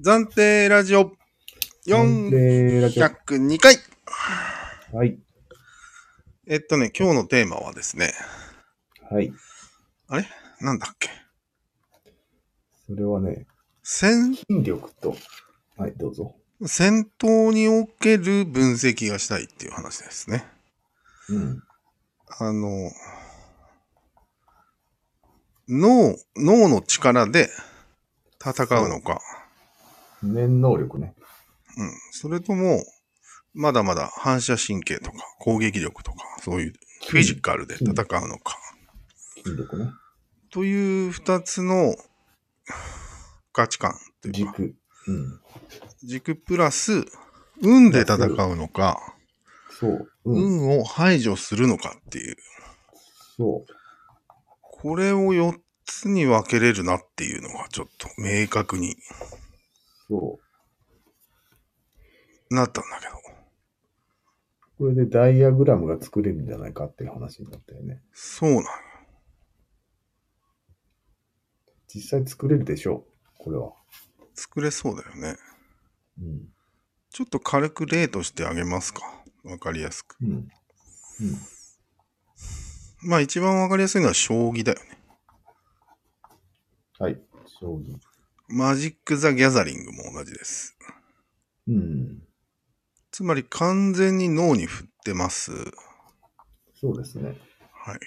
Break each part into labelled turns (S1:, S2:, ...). S1: 暫定ラジオ
S2: 暫定ラジ
S1: 402回。
S2: オはい。
S1: えっとね、今日のテーマはですね、
S2: はい。
S1: なんだっけ。
S2: それはね、
S1: 戦、
S2: 筋力と、はい、どうぞ。
S1: 戦闘における分析がしたいっていう話ですね。
S2: うん。
S1: あの、脳、脳の力で戦うのか、
S2: 念能力ね。
S1: うん。それとも、まだまだ反射神経とか攻撃力とか、そういうフィジカルで戦うのか。
S2: 筋力ね。
S1: という二つの価値観というか、
S2: 軸。うん。
S1: 軸プラス、運で戦うのか、
S2: そう。うん。
S1: 運を排除するのかっていう、
S2: そ
S1: これを4つに分けれるなっていうのがちょっと明確に
S2: う。そう。
S1: なったんだけど、
S2: これでダイアグラムが作れるんじゃないかっていう話になったよね。
S1: そうなんよ
S2: 実際作れるでしょう。これは。
S1: 作れそうだよね。
S2: うん。
S1: ちょっと軽く例としてあげますか。わかりやすく。
S2: うん。うん。
S1: まあ一番わかりやすいのは将棋だよね。
S2: はい。将棋。
S1: マジック・ザ・ギャザリングも同じです。
S2: うん。
S1: つまり完全に脳に振ってます。
S2: そうですね。
S1: はい。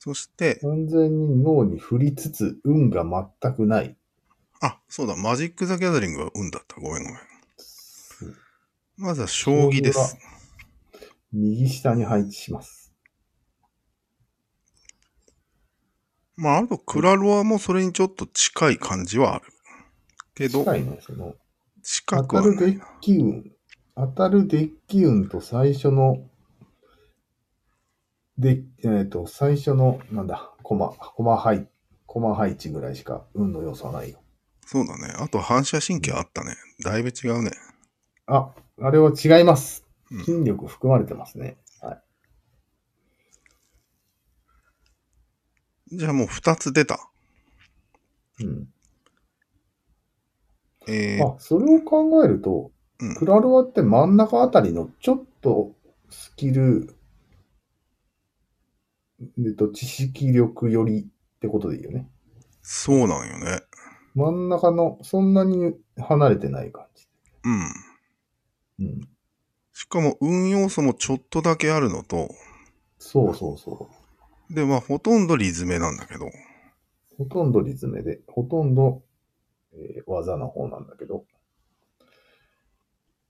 S1: そして、
S2: 完全に脳に振りつつ、運が全くない。
S1: あ、そうだ、マジック・ザ・ギャザリングは運だった。ごめんごめん。
S2: そう
S1: まずは将棋です。
S2: 右下に配置します。
S1: まあ、あと、クラロアもそれにちょっと近い感じはある。けど、
S2: 近いね、その。
S1: 近く
S2: 当
S1: は
S2: たる
S1: な
S2: デ
S1: い
S2: ッ。キ運。当たるデッキ運と最初の、で、えっ、と、最初の、なんだ、コマ、コマ配、コマ配置ぐらいしか運の要素はないよ。
S1: そうだね。あと、反射神経あったね。だいぶ違うね。
S2: あ、あれは違います
S1: うん。
S2: 筋力含まれてますね。はい。
S1: じゃあもう2つ出た。
S2: うん。
S1: えー、
S2: あ、それを考えると、
S1: うん
S2: クラロワって真ん中あたりのちょっとスキル、えっと、知識力よりってことでいいよね。
S1: そうなんよね。
S2: 真ん中の、そんなに離れてない感じ。
S1: うん。
S2: うん。
S1: しかも、運要素もちょっとだけあるのと、
S2: そうそうそ
S1: で、まあ、ほとんどリズメなんだけど、
S2: う。ほとんどリズムで、ほとんど、えー技の方なんだけど、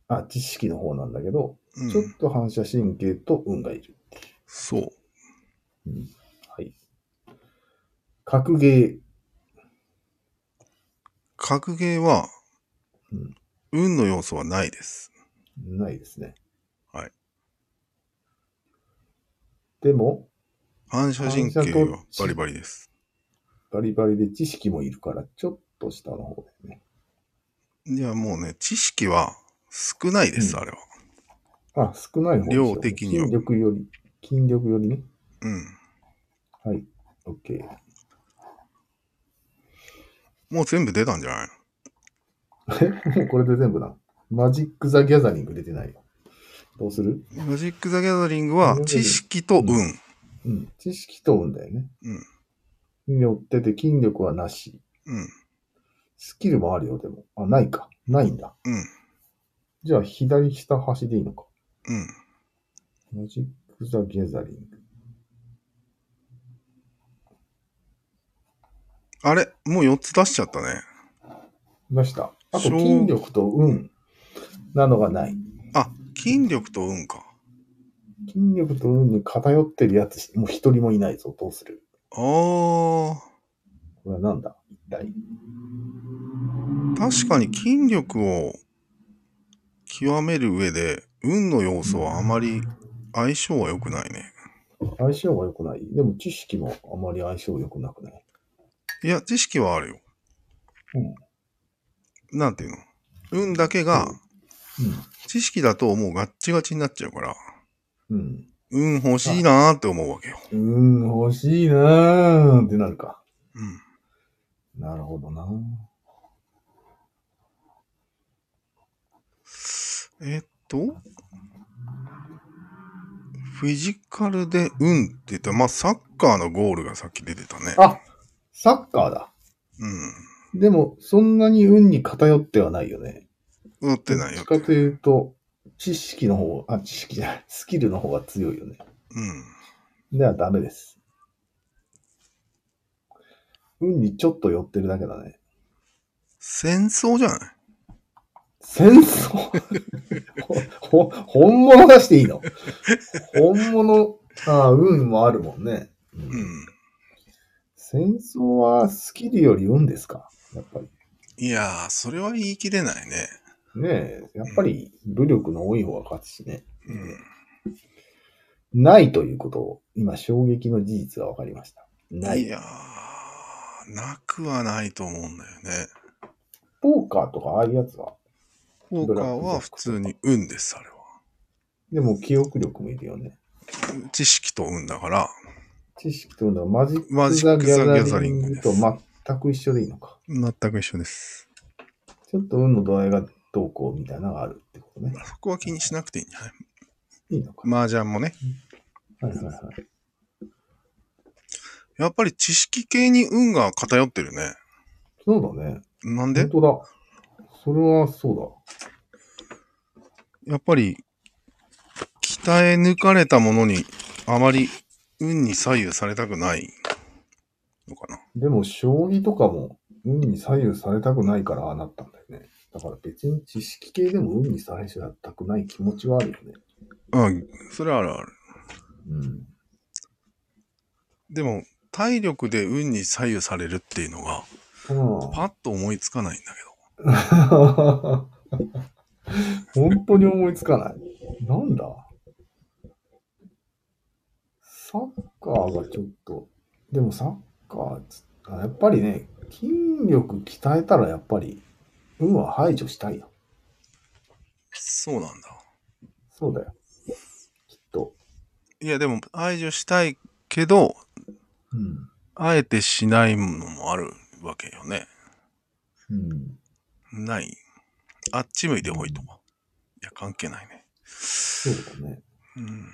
S2: あ、知識の方なんだけど、
S1: う
S2: ちょ
S1: ん
S2: っ、と反射神経と運がいる。
S1: そう。
S2: うん、はい。格ゲ
S1: 格ゲーは
S2: うん、
S1: 運の要素はないです。
S2: ー、ないですね。
S1: はい。
S2: でも、
S1: 反射神経はバリバリです。
S2: バリバリで知識もいるから、ちょっと下の方だよね。
S1: いや、もうね、知識は少ないです、
S2: うん
S1: あれは。
S2: あ、少ない方ですよ
S1: 量的には
S2: 筋力より、筋力よりね。
S1: うん。
S2: はい。OK。
S1: もう全部出たんじゃない
S2: も うこれで全部な。マジック・ザ・ギャザリング出てないよ。どうする
S1: のマジック・ザ・ギャザリングは
S2: うん
S1: 知識と運。
S2: うん。知識と運だよね。
S1: うん。
S2: によってて筋力はなし。
S1: うん。
S2: スキルもあるよ、でも。あ、ないか。ないんだ。
S1: うん。
S2: じゃあ、左下端でいいのか。
S1: うん。
S2: マジック・ザ・ギャザリング。
S1: あれもう4つ出しちゃったね。
S2: 出した。あと、
S1: そう
S2: 筋力と運なのがない。
S1: あ、筋力と運か。
S2: 筋力と運に偏ってるやつ、もう一人もいないぞ。どうする
S1: あー。
S2: これはなんだ一体。
S1: 確かに筋力を極める上で、運の要素はあまり相性は良くないね。
S2: 相性が良くない。でも、知識もあまり相性良くなくない。
S1: いや、知識はあるよ。
S2: うん。
S1: なんていうの運だけが、知識だともうガッチガチになっちゃうから、
S2: うん。う
S1: 運
S2: ん。
S1: 欲しいなーって思うわけよ。
S2: うーん、欲しいなーってなるか。
S1: うん。
S2: なるほどな
S1: えっと、フィジカルで運って言ったら、まあ、サッカーのゴールがさっき出てたね。
S2: あ、サッカーだ。
S1: う
S2: でも、そんなに運に偏ってはないよね。
S1: ん。打って
S2: ど
S1: な
S2: っ
S1: いよ
S2: ち。かというと、知識の方、あ、知識じゃない、スキルの方が強いよね。
S1: うん。
S2: ではダメです。運にちょっと寄ってるだけだね。
S1: 戦争じゃない
S2: 戦争 ほほ本物出していいの本物、ああ、運もあるもんね。
S1: う
S2: う
S1: んん。
S2: 戦争はスキルより運ですかやっぱり。
S1: いやー、それは言い切れないね。
S2: ねえ、やっぱり武力の多い方が勝つしね。
S1: うん。
S2: ないということを、今衝撃の事実が分かりました。ないい。
S1: やー、なくはないと思うんだよね。
S2: ポーカーとかああいうやつは。
S1: ポーカーは普通に運です、あれは。
S2: でも記憶力もいるよね。
S1: 知識と運だから、
S2: 知識というのはマジック・
S1: マジッ
S2: ザ・
S1: ク
S2: ギ
S1: ザギャ
S2: ャ
S1: ザ
S2: ザ
S1: リ
S2: リ
S1: ン
S2: ン
S1: グ
S2: グ
S1: です
S2: と全く一緒でいいのか。
S1: 全く一緒です。
S2: ちょっと運の度合いがどうこうみたいなのがあるってことね。
S1: そこは気にしなくていいんじゃない
S2: いいのか。
S1: 麻雀もね。
S2: はいはいはい。
S1: やっぱり知識系に運が偏ってるね。
S2: そうだね。
S1: なんで
S2: 本当だ。それはそう
S1: やっぱり、鍛え抜かれたものに、あまり運に左右されたくないのかな。
S2: だ。でも、将棋とかも運に左右されたくないからああなったんだよね。だから別に知識系でも運に左右されたくない気持ちはあるよね。
S1: うん、それはあるある。
S2: うん。
S1: でも、体力で運に左右されるっていうのが、
S2: うん、
S1: パッと思いつかないんだけど。
S2: 本当に思いつかない。なんだサッカーがちょっと、でもサッカーつあやっぱりね、筋力鍛えたらやっぱり、運は排除したいよ。
S1: そうなんだ。
S2: そうだよ。きっと。
S1: いや、でも、排除したいけど、
S2: うん。
S1: あえてしないものもあるわけよね。
S2: うん。
S1: ない。あっち向いてほいとか。いや、関係ないね。
S2: そうだね。
S1: うん。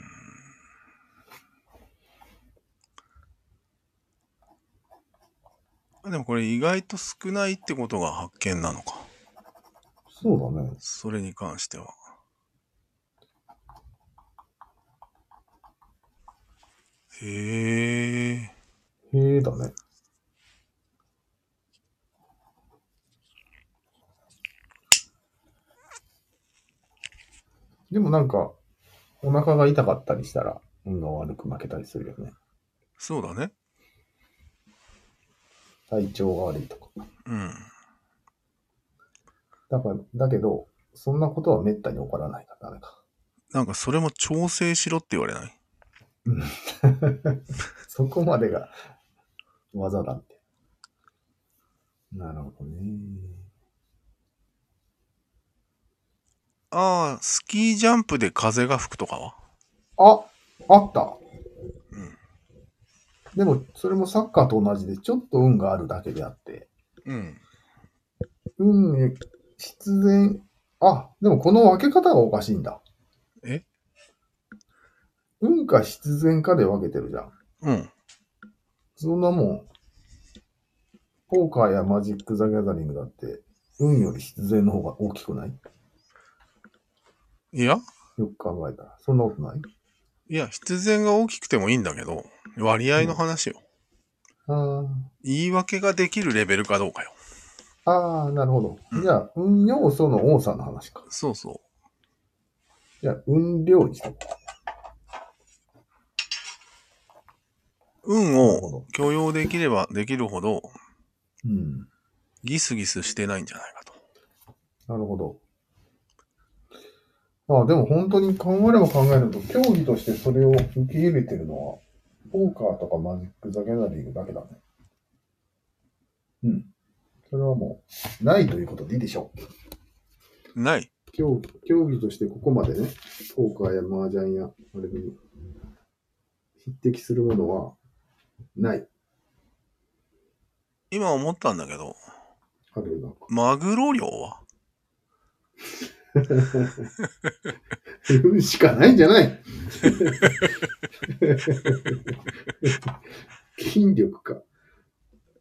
S1: あでもこれ意外と少ないってことが発見なのか。
S2: そうだね。
S1: それに関しては。へえ。
S2: へえだね。でもなんか、お腹が痛かったりしたら、運が悪く負けたりするよね。
S1: そうだね。
S2: 体調が悪いとか。
S1: うん。
S2: だから、だけど、そんなことはめったに起こらないからダメか。
S1: なんかそれも調整しろって言われない
S2: そこまでが技だって。なるほどね。
S1: ああ、スキージャンプで風が吹くとかは
S2: あ、あった。
S1: うん。
S2: でも、それもサッカーと同じで、ちょっと運があるだけであって、
S1: うん。
S2: 運、必然、あ、でもこの分け方がおかしいんだ。
S1: え
S2: 運か必然かで分けてるじゃん。
S1: うん。
S2: そんなもん、ポーカーやマジック・ザ・ギャザリングだって、運より必然の方が大きくない
S1: いや
S2: よく考えたら。そんなことない
S1: いや、必然が大きくてもいいんだけど、割合の話よ。
S2: あ
S1: 言い訳ができるレベルかどうかよ。
S2: あ、ああ、なるほど
S1: う。ん
S2: じゃあ、運要素の多さの話か。
S1: そうそ
S2: じゃあ、運量にしとこ
S1: う。運
S2: うなる
S1: を
S2: ほど。
S1: 許容できればできるほど、
S2: うん。
S1: ギスギスしてないんじゃないかと。
S2: なるほど。まあでも本当に考えれば考えると、競技としてそれを受け入れてるのは、ポーカーとかマジック・ザ・ギャザリングだけだね。うん。それはもう、ないということでいいでしょう。
S1: ない。
S2: 競技競技としてここまでね、ポーカーやマージャンや、あれに匹敵するものは、ない。
S1: 今思ったんだけど、
S2: あるよな。
S1: マグロ漁は
S2: 運しかないんじゃない 筋力か。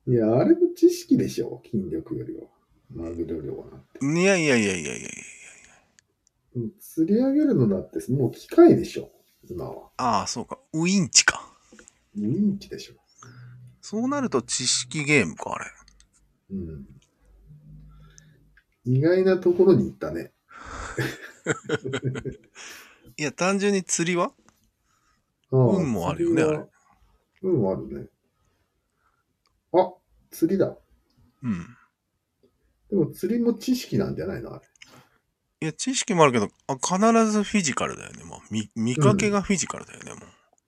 S2: いや、あれも知識でしょ。筋力よりは。マグロ漁は。
S1: いやいやいやいやいや
S2: うん釣り上げるのだって、もう機械でしょ。今は。
S1: ああ、そうか。ウインチか。
S2: 人気でしょ。
S1: そうなると知識ゲームか、あれ。
S2: うん。意外なところに行ったね。
S1: いや、単純に釣りは
S2: ああ
S1: 運もあるよね
S2: 釣りは運もあるね。あ、釣りだ。
S1: うん。
S2: でも釣りも知識なんじゃないのあれ。
S1: いや、知識もあるけど、あ必ずフィジカルだよね。もう見、見かけがフィジカルだよね、もう。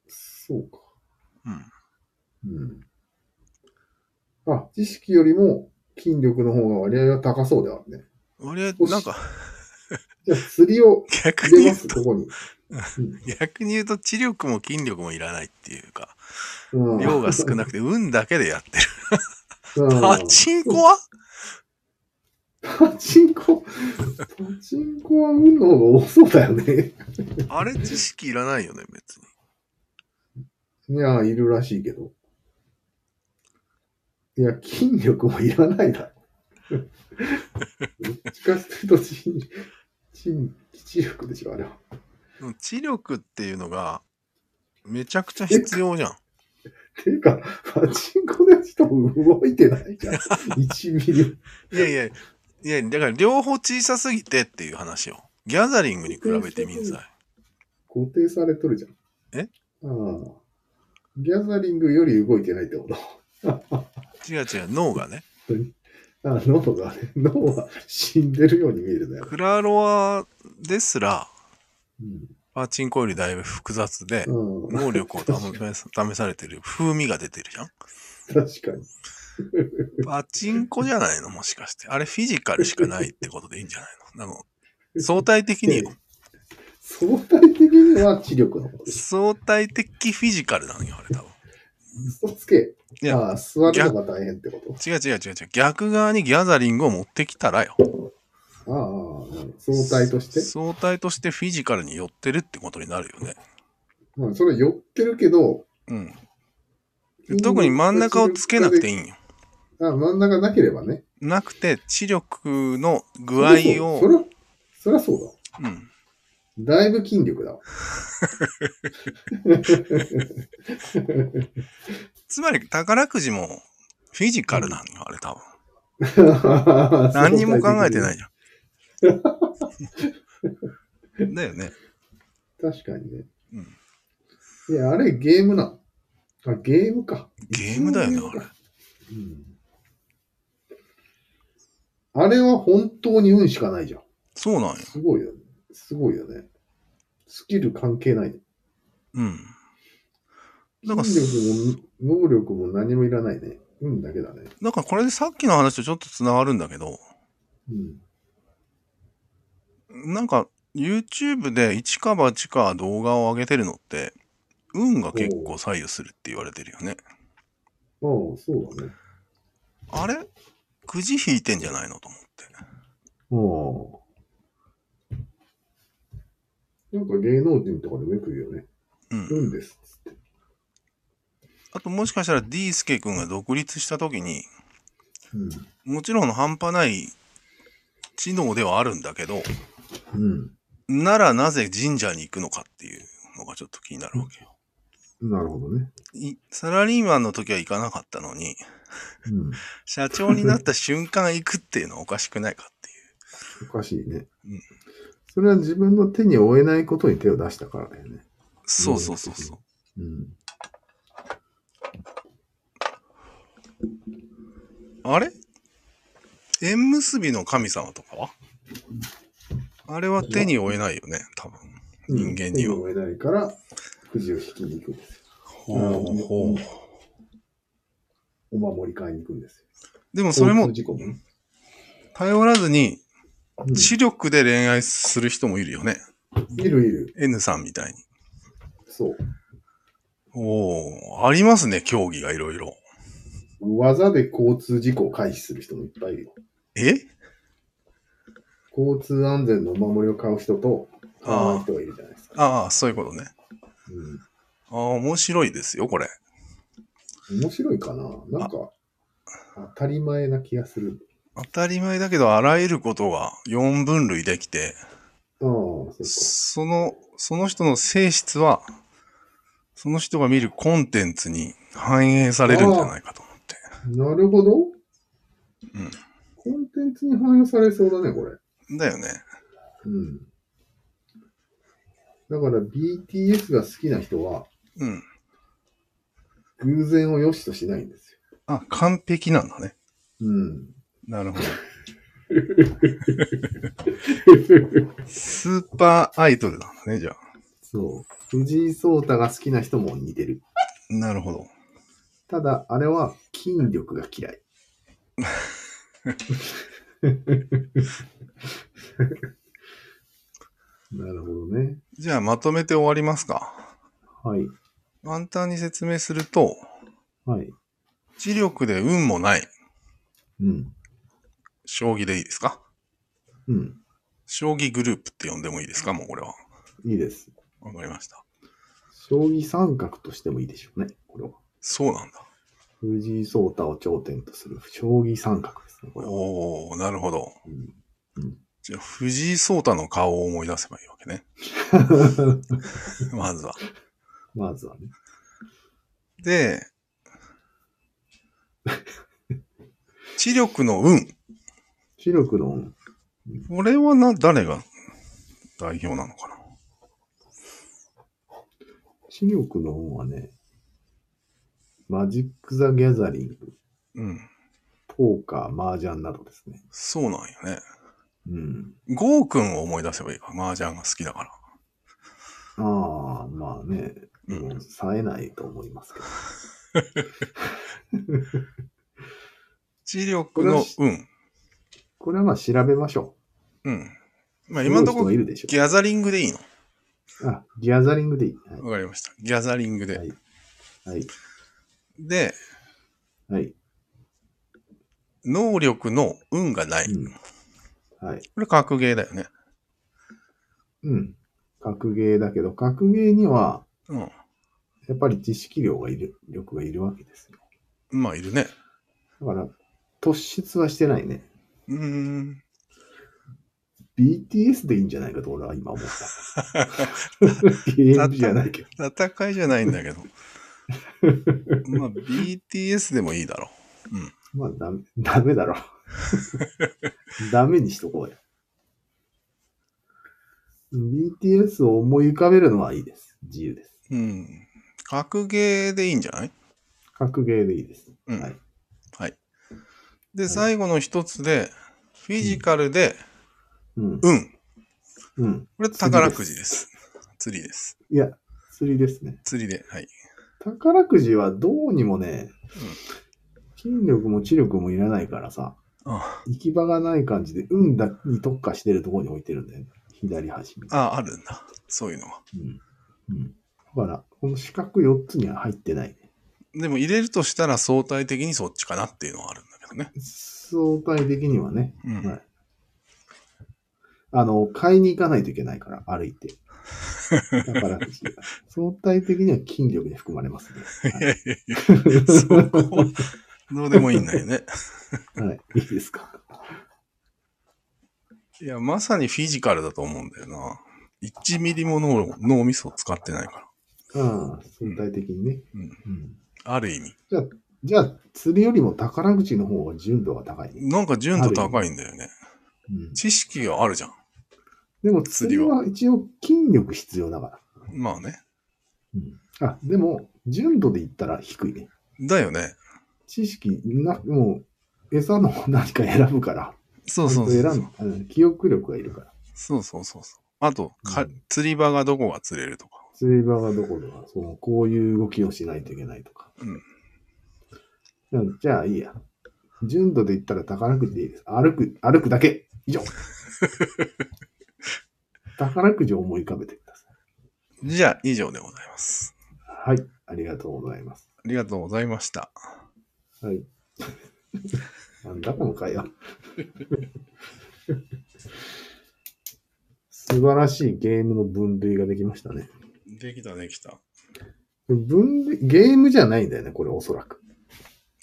S2: そうか。
S1: うん。
S2: うん。あ、知識よりも筋力の方が割合が高そうであるね。
S1: 割
S2: よ
S1: 合、
S2: し
S1: なん か、
S2: じゃあ釣りを
S1: 逆
S2: 入
S1: に
S2: れま
S1: 言う
S2: す、
S1: と、
S2: ここに。
S1: 逆に言うと、知力も筋力もいらないっていうか、
S2: うん
S1: 量が少なくて、運だけでやってる。
S2: うん
S1: パチンコは
S2: パチンコ、パチンコは運の方が多そうだよね。
S1: あれ、知識いらないよね、別に。
S2: いや、いるらしいけど。いや、筋力もいらないだろ。どっちかっていうと、筋、筋、知力でしょ、あれは。
S1: でも知力っていうのが、めちゃくちゃ必要じゃん。
S2: ていうか、パチンコの人も動いてないじゃん。1ミリ。
S1: いやいや、いや、だから両方小さすぎてっていう話を。ギャザリングに比べてみんさい。
S2: 固定されとるじゃん。
S1: え
S2: ああ。ギャザリングより動いてないってこと。
S1: 違う違う、脳がね。
S2: ああ、脳がね、脳は死んでるように見えるんだよ。
S1: クラロワですら、
S2: うん
S1: パチンコよりだいぶ複雑で、
S2: うん、
S1: 能力を試さ試されてる風味が出てるじゃん。
S2: 確かに。
S1: パチンコじゃないのもしかして。あれフィジカルしかないってことでいいんじゃないのなんか相対的によ、
S2: 相対的には知力のことです。
S1: 相対的フィジカルなのよ、あれ多分。
S2: 嘘つけ。
S1: いや、
S2: ああ、座るのが大変ってこと。
S1: 違う違う違う違う。逆側にギャザリングを持ってきたらよ。
S2: ああああ、なるほど相対として。
S1: 相対としてフィジカルに寄ってるってことになるよね。
S2: うん、それ寄ってるけど、
S1: うん。特に真ん中をつけなくていいんよ。
S2: ああ真ん中なければね。
S1: なくて、知力の具合
S2: そ
S1: を、
S2: りゃ、そりゃそうだ。
S1: うん。
S2: だいぶ筋力 だわ。
S1: つまり宝くじもフィジカルなのよ、あれ多分。何
S2: 何。
S1: にも考えてないいじゃん。だよね。
S2: 確かにね。
S1: うん
S2: いや、あれゲームなの。あ、ゲームか。
S1: ゲームだよね、あれ。
S2: うん。あれは本当に運しかないじゃん。
S1: そうなんよ。
S2: すごいよね。すごいよね。スキル関係ない。
S1: うん。だから、
S2: 筋力も能力も何もいらないね。運だけだね。
S1: だからこれでさっきの話とちょっとつながるんだけど、
S2: うん。
S1: なんか YouTube で一か八か動画を上げてるのって、運が結構左右するって言われてるよね。
S2: ああ、そうだね。
S1: あれくじ引いてんじゃないのと思って。
S2: ああ。なんか芸能人とかでもよく言うよね。
S1: うん。
S2: 運です。つって。
S1: あともしかしたら D スケ君が独立した時に、
S2: うん。
S1: もちろん半端ない知能ではあるんだけど、
S2: うん。
S1: ならなぜ神社に行くのかっていうのがちょっと気になるわけよ。
S2: なるほどね。
S1: いサラリーマンの時は行かなかったのに、
S2: うん。
S1: 社長になった瞬間行くっていうのはおかしくないかっていう。
S2: おかしいね。
S1: うん
S2: それは自分の手に負えないことに手を出したからだよね。
S1: そうそうそうそう。
S2: うん。
S1: あれ縁結びの神様とかはあれは手に負えないよね、多分。人間には
S2: 手負えないから、くじを引きに行くんですよ。
S1: ほうほう。
S2: お守り買いに行くんですよ。
S1: でもそれも
S2: 交通事故もね。
S1: 頼らずに
S2: うん
S1: 知力で恋愛する人もいるよね。
S2: いるいる。
S1: N さんみたいに。
S2: そう。
S1: おお、ありますね、競技がいろいろ。
S2: 技で交通事故を回避する人もいっぱいいるよ。
S1: え
S2: 交通安全のお守りを買う人と、買わない人がいるじゃないですか。
S1: ああ、そういうことね。ああ、面白いですよ、これ。
S2: うん、面白いかななんか、当たり前な気がする。
S1: 当たり前だけど、あらゆることが4分類できて、
S2: ああ、そうか。
S1: その、その人の性質は、その人が見るコンテンツに反映されるんじゃないかと思って。
S2: なるほど。
S1: ん
S2: コンテンツに反映されそうだね、これ。
S1: だよね。
S2: うん。だから BTS が好きな人は、
S1: うん。
S2: 偶然を良しとしないんですよ。
S1: あ、完璧なんだね。
S2: うん。
S1: なるほど。スーパーアイドルなんだね、じゃあ。
S2: そう。藤井聡太が好きな人も似てる。
S1: なるほど。
S2: ただ、あれは筋力が嫌い。なるほどね。
S1: じゃあ、まとめて終わりますか。
S2: はい。
S1: 簡単に説明すると、
S2: はい。
S1: 知力で運もない。
S2: うん。
S1: 将棋でいいですか
S2: うん。
S1: 将棋グループって呼んでもいいですかもうこれは。
S2: いいです。
S1: わかりました。
S2: 将棋三角としてもいいでしょうね、これは。
S1: そうなんだ。
S2: 藤井聡太を頂点とする将棋三角ですね、これは。
S1: おー、なるほど。
S2: うん
S1: じゃあ、藤井聡太の顔を思い出せばいいわけ ね。まずは。
S2: まずはね。
S1: で、知力の運。
S2: 視力の、
S1: これはな、誰が代表なのかな
S2: 視力の方はね、マジック・ザ・ギャザリング、
S1: うん。
S2: ポーカー、マージャンなどですね。
S1: そうなんよね。
S2: うん。
S1: ゴーくんを思い出せばいいか。麻雀が好きだから。
S2: ああ、まあね、
S1: う
S2: も
S1: ん
S2: う冴えないと思いますけど。
S1: 知力の運。
S2: これはまあ調べましょ
S1: うん。ま
S2: う。
S1: あ、今のとこ
S2: どう
S1: ろ
S2: いう人がいるでしょ
S1: ギャザリングでいいの
S2: う。あ、ギャザリングでいい。は
S1: わかりました。ギャザリングで。
S2: い。はい。はい。
S1: で、
S2: はい。
S1: 能力の運がない。
S2: うん。はい。
S1: これ格ゲーだよね。
S2: うん。格ゲーだけど、格ゲーには、
S1: うん。
S2: やっぱり知識量がいる、力がいるわけですよ。
S1: まあ、いるね。
S2: だから、突出はしてないね。
S1: うーん。
S2: BTS でいいんじゃないかと俺は今思った。ゲームじゃないけど。
S1: 戦いじゃないんだ けど。まあ、BTS でもいいだろう。うん。
S2: まあダメ、ダメだろ。 ダメにしとこうや。BTS を思い浮かべるのはいいです。自由です。
S1: うん。格ゲーでいいんじゃない
S2: 格ゲーでいいです。
S1: うん
S2: はい。
S1: はい。で、最後の一つで、フィジカルで、
S2: うん。
S1: 運。
S2: うん。
S1: これ宝くじです。釣りです。
S2: いや、釣りですね。
S1: 釣りで。はい。
S2: 宝くじはどうにもね、筋力も知力もいらないからさ、
S1: あ
S2: 行き場がない感じで、運だに特化してるところに置いてるんだよね。左端に。
S1: あ、あるんだ。そういうのは。
S2: うん。うん。だから、この四角4つには入ってない。
S1: でも入れるとしたら相対的にそっちかなっていうのはあるんだけどね。
S2: 相対的にはね。
S1: うん。
S2: はい。あの、買いに行かないといけないから、歩いて。だから、 相対的には筋力に含まれますね。
S1: いやいやいや、そこはどうでもいいんだよね。
S2: はい。はい、いいですか。
S1: いや、まさにフィジカルだと思うんだよな。1ミリも脳脳みそを使ってないから。
S2: うん。相対的にね。
S1: うん
S2: うん。
S1: ある意味。
S2: じゃあ、じゃあ、釣りよりも宝くじの方が純度が高いね。
S1: なんか純度高いんだよね。
S2: うん。
S1: 知識があるじゃん。
S2: でも、
S1: 釣
S2: 釣
S1: り
S2: り
S1: は
S2: は一応筋力必要だから。
S1: まあね。
S2: うん。あ、でも、純度で言ったら低いね。
S1: だよね。
S2: 知識な、もう、餌の何か選ぶから。
S1: そうそう
S2: ち
S1: そ
S2: ゃん
S1: う
S2: と
S1: そう。
S2: 選ぶうん。記憶力がいるから。
S1: そうそうそうそう。あと、か
S2: うん
S1: 釣り場がどこが釣れるとか。
S2: 釣り場がどこだその、こういう動きをしないといけないとか。うん。じゃあ、いいや。純度で言ったら宝くじでいいです。歩く、歩くだけ。以 上。宝くじを思い浮かべてください。
S1: じゃあ、以上でございます。
S2: はい。ありがとうございます。
S1: ありがとうございました。
S2: はい。なんだこの会話。素晴らしいゲームの分類ができましたね。
S1: できた、できた。
S2: 分類、ゲームじゃないんだよね、これおそらく。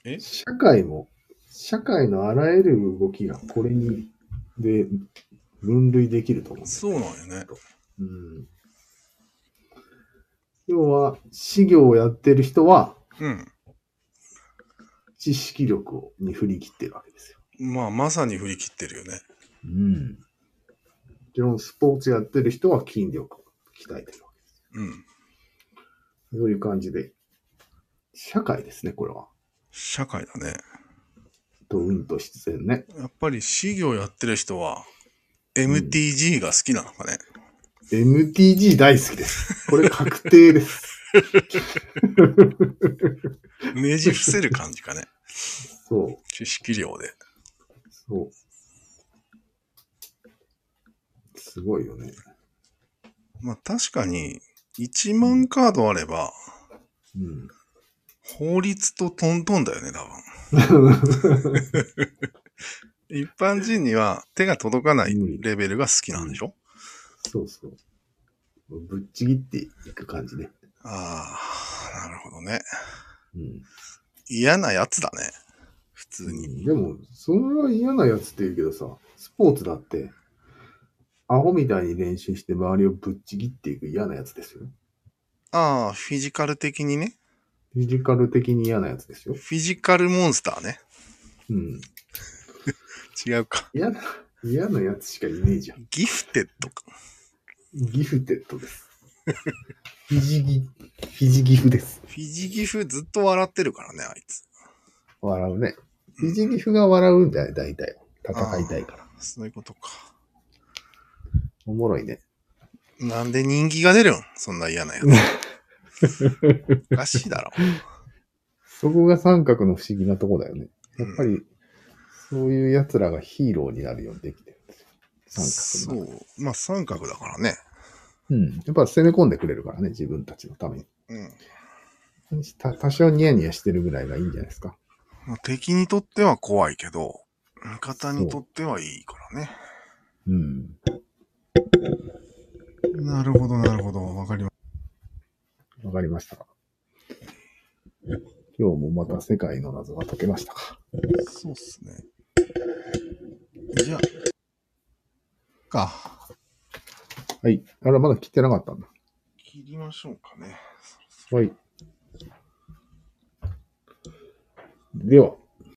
S1: え
S2: 社会も、社会のあらゆる動きがこれに、で、分類できると思う。
S1: そうなんやね。
S2: うん。要は、事業をやってる人は、
S1: うん。
S2: 知識力をに振り切ってるわけですよ。
S1: まあ、まさに振り切ってるよね。
S2: うん。もちろん、スポーツやってる人は筋力を鍛えてるわけです。
S1: うん。
S2: そういう感じで、社会ですね、これは。
S1: 社会だね。
S2: ドウンと必然ね。
S1: やっぱり、事業やってる人は、MTG が好きなのかね。
S2: MTG 大好きです。これ確定です。
S1: ねじ伏せる感じか ね。
S2: そう。
S1: 知識量で。
S2: そう。すごいよね。
S1: まあ、確かに、1万カードあれば、
S2: うん。
S1: 法律とトントンだよね、多分。 一般人には手が届かないレベルが好きなんでしょ、
S2: そうそう。ぶっちぎっていく感じね。
S1: ああ、なるほどね。
S2: うん。
S1: 嫌なやつだね。普通に。
S2: でも、それは嫌なやつって言うけどさ、スポーツだって、アホみたいに練習して周りをぶっちぎっていく嫌なやつですよ。
S1: ああ、フィジカル的にね。
S2: フィジカル的に嫌なやつですよ。
S1: フィジカルモンスターね。
S2: うん。
S1: 違うか。
S2: 嫌な、嫌なやつしかいねえじゃん。
S1: ギフテッドか。
S2: ギフテッ ドです。フィジギ、フィジギフです。
S1: フィジギフずっと笑ってるからね、あいつ。
S2: 笑うね。フィジギフが笑うんだよ、大体。戦いたいから。
S1: そういうことか。
S2: おもろいね。
S1: なんで人気が出るんそんな嫌なやつ。おかしいだろ。
S2: そこが三角の不思議なとこだよね。やっぱり、そういう奴らがヒーローになるようにできてるんです
S1: そ
S2: よ。三角の。
S1: う。まあ三角だからね。
S2: うん。やっぱ攻め込んでくれるからね、自分たちのため
S1: うん。
S2: に。た多少ニヤニヤしてるぐらいがいいんじゃないですか。
S1: まあ、敵にとっては怖いけど、味方にとってはいいからね。
S2: うん。
S1: なるほど、なるほど。わかりま
S2: わかりましたか。今日もまた世界の謎が解けましたか。
S1: す。そうっすね。じゃあ、か。
S2: はい。あら、まだ切ってなかったんだ。
S1: 切りましょうかね。
S2: はい。では。